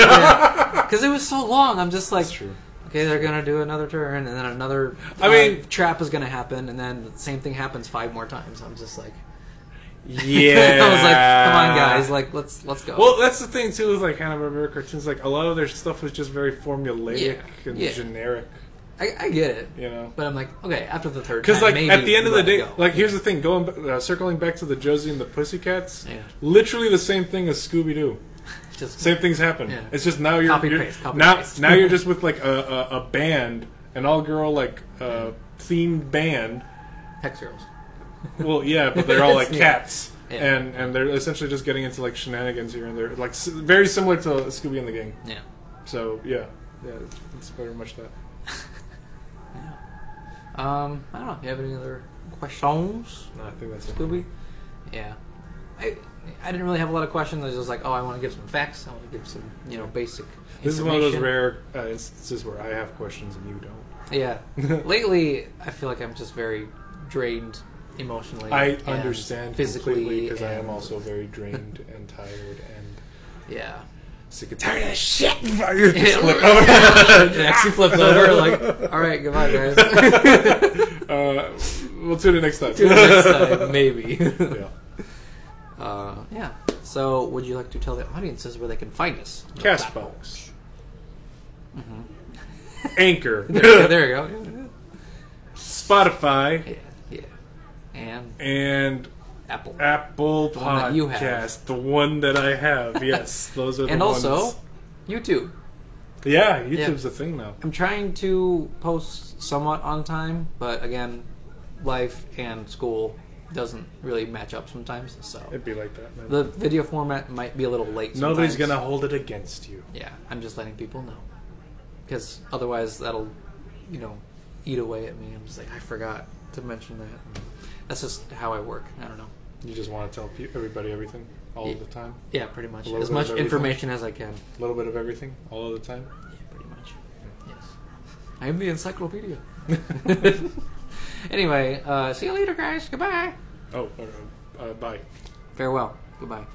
[SPEAKER 1] because it was so long. I'm just like,
[SPEAKER 2] That's true.
[SPEAKER 1] okay, they're gonna do another turn, and then another. uh,
[SPEAKER 2] I mean-
[SPEAKER 1] trap is gonna happen, and then the same thing happens five more times. I'm just like,
[SPEAKER 2] Yeah,
[SPEAKER 1] I was like, come on, guys, like let's let's go.
[SPEAKER 2] Well, that's the thing too. Is like Hanna Barbera cartoons. Like a lot of their stuff was just very formulaic
[SPEAKER 1] Yeah,
[SPEAKER 2] and
[SPEAKER 1] yeah.
[SPEAKER 2] generic.
[SPEAKER 1] I, I get it,
[SPEAKER 2] You know.
[SPEAKER 1] but I'm like, okay, after the third,
[SPEAKER 2] Because
[SPEAKER 1] time,
[SPEAKER 2] like
[SPEAKER 1] maybe
[SPEAKER 2] at the end of the
[SPEAKER 1] let it
[SPEAKER 2] day,
[SPEAKER 1] go.
[SPEAKER 2] like here's the thing: going ba- uh, circling back to the Josie and the Pussycats,
[SPEAKER 1] Yeah.
[SPEAKER 2] literally the same thing as Scooby Doo.
[SPEAKER 1] just
[SPEAKER 2] Same things happen.
[SPEAKER 1] Yeah.
[SPEAKER 2] It's just now you're,
[SPEAKER 1] Copy
[SPEAKER 2] you're-
[SPEAKER 1] paste, copy
[SPEAKER 2] now
[SPEAKER 1] paste.
[SPEAKER 2] now you're just with like a, a, a band, an all girl like uh, themed band.
[SPEAKER 1] hex girls.
[SPEAKER 2] Well, yeah, but they're all like
[SPEAKER 1] Yeah.
[SPEAKER 2] cats,
[SPEAKER 1] Yeah.
[SPEAKER 2] and and they're essentially just getting into like shenanigans here and there, like s- very similar to Scooby and the Gang.
[SPEAKER 1] Yeah.
[SPEAKER 2] So yeah, yeah, it's very much that.
[SPEAKER 1] Um, I don't know. You have any other questions?
[SPEAKER 2] No, I think that's it.
[SPEAKER 1] Scooby? Yeah. I I didn't really have a lot of questions. I was just like, oh, I want to give some facts. I want to give some, you know, basic.
[SPEAKER 2] This is one of those
[SPEAKER 1] information.
[SPEAKER 2] rare uh, instances where I have questions and you don't.
[SPEAKER 1] Yeah. Lately, I feel like I'm just very drained emotionally.
[SPEAKER 2] I
[SPEAKER 1] and
[SPEAKER 2] understand completely because I am
[SPEAKER 1] and-
[SPEAKER 2] also very drained and tired and
[SPEAKER 1] Yeah.
[SPEAKER 2] sick and tired of this shit. You just flip
[SPEAKER 1] it actually flipped over. Like, all right, goodbye, guys.
[SPEAKER 2] over. uh, we'll tune in next time.
[SPEAKER 1] Till next time, maybe.
[SPEAKER 2] Yeah.
[SPEAKER 1] Uh, yeah. So, would you like to tell the audiences where they can find us?
[SPEAKER 2] Castbox. Anchor.
[SPEAKER 1] Mm-hmm. There, there you go.
[SPEAKER 2] Spotify.
[SPEAKER 1] Yeah, yeah. And
[SPEAKER 2] And
[SPEAKER 1] Apple.
[SPEAKER 2] Apple
[SPEAKER 1] one that you have.
[SPEAKER 2] Podcast. The one that I have. Yes. Those are the
[SPEAKER 1] and
[SPEAKER 2] ones.
[SPEAKER 1] also YouTube.
[SPEAKER 2] Yeah, YouTube's a thing now.
[SPEAKER 1] I'm trying to post somewhat on time, but again, life and school doesn't really match up sometimes. So
[SPEAKER 2] It'd be like that. man.
[SPEAKER 1] the video format might be a little late.
[SPEAKER 2] Nobody's
[SPEAKER 1] sometimes.
[SPEAKER 2] going to hold it against you.
[SPEAKER 1] Yeah, I'm just letting people know because otherwise that'll, you know, eat away at me. I'm just like I forgot to mention that. That's just how I work. I don't know.
[SPEAKER 2] You just want to tell pe- everybody everything all
[SPEAKER 1] Yeah.
[SPEAKER 2] of the time.
[SPEAKER 1] Yeah, pretty much
[SPEAKER 2] A little
[SPEAKER 1] as
[SPEAKER 2] bit
[SPEAKER 1] much
[SPEAKER 2] of everything.
[SPEAKER 1] information as I can.
[SPEAKER 2] A little bit of everything all of the time.
[SPEAKER 1] Pretty much. Yes. I am the encyclopedia. anyway, uh, see you later, guys. Goodbye.
[SPEAKER 2] Oh, uh, uh, bye.
[SPEAKER 1] Farewell. Goodbye.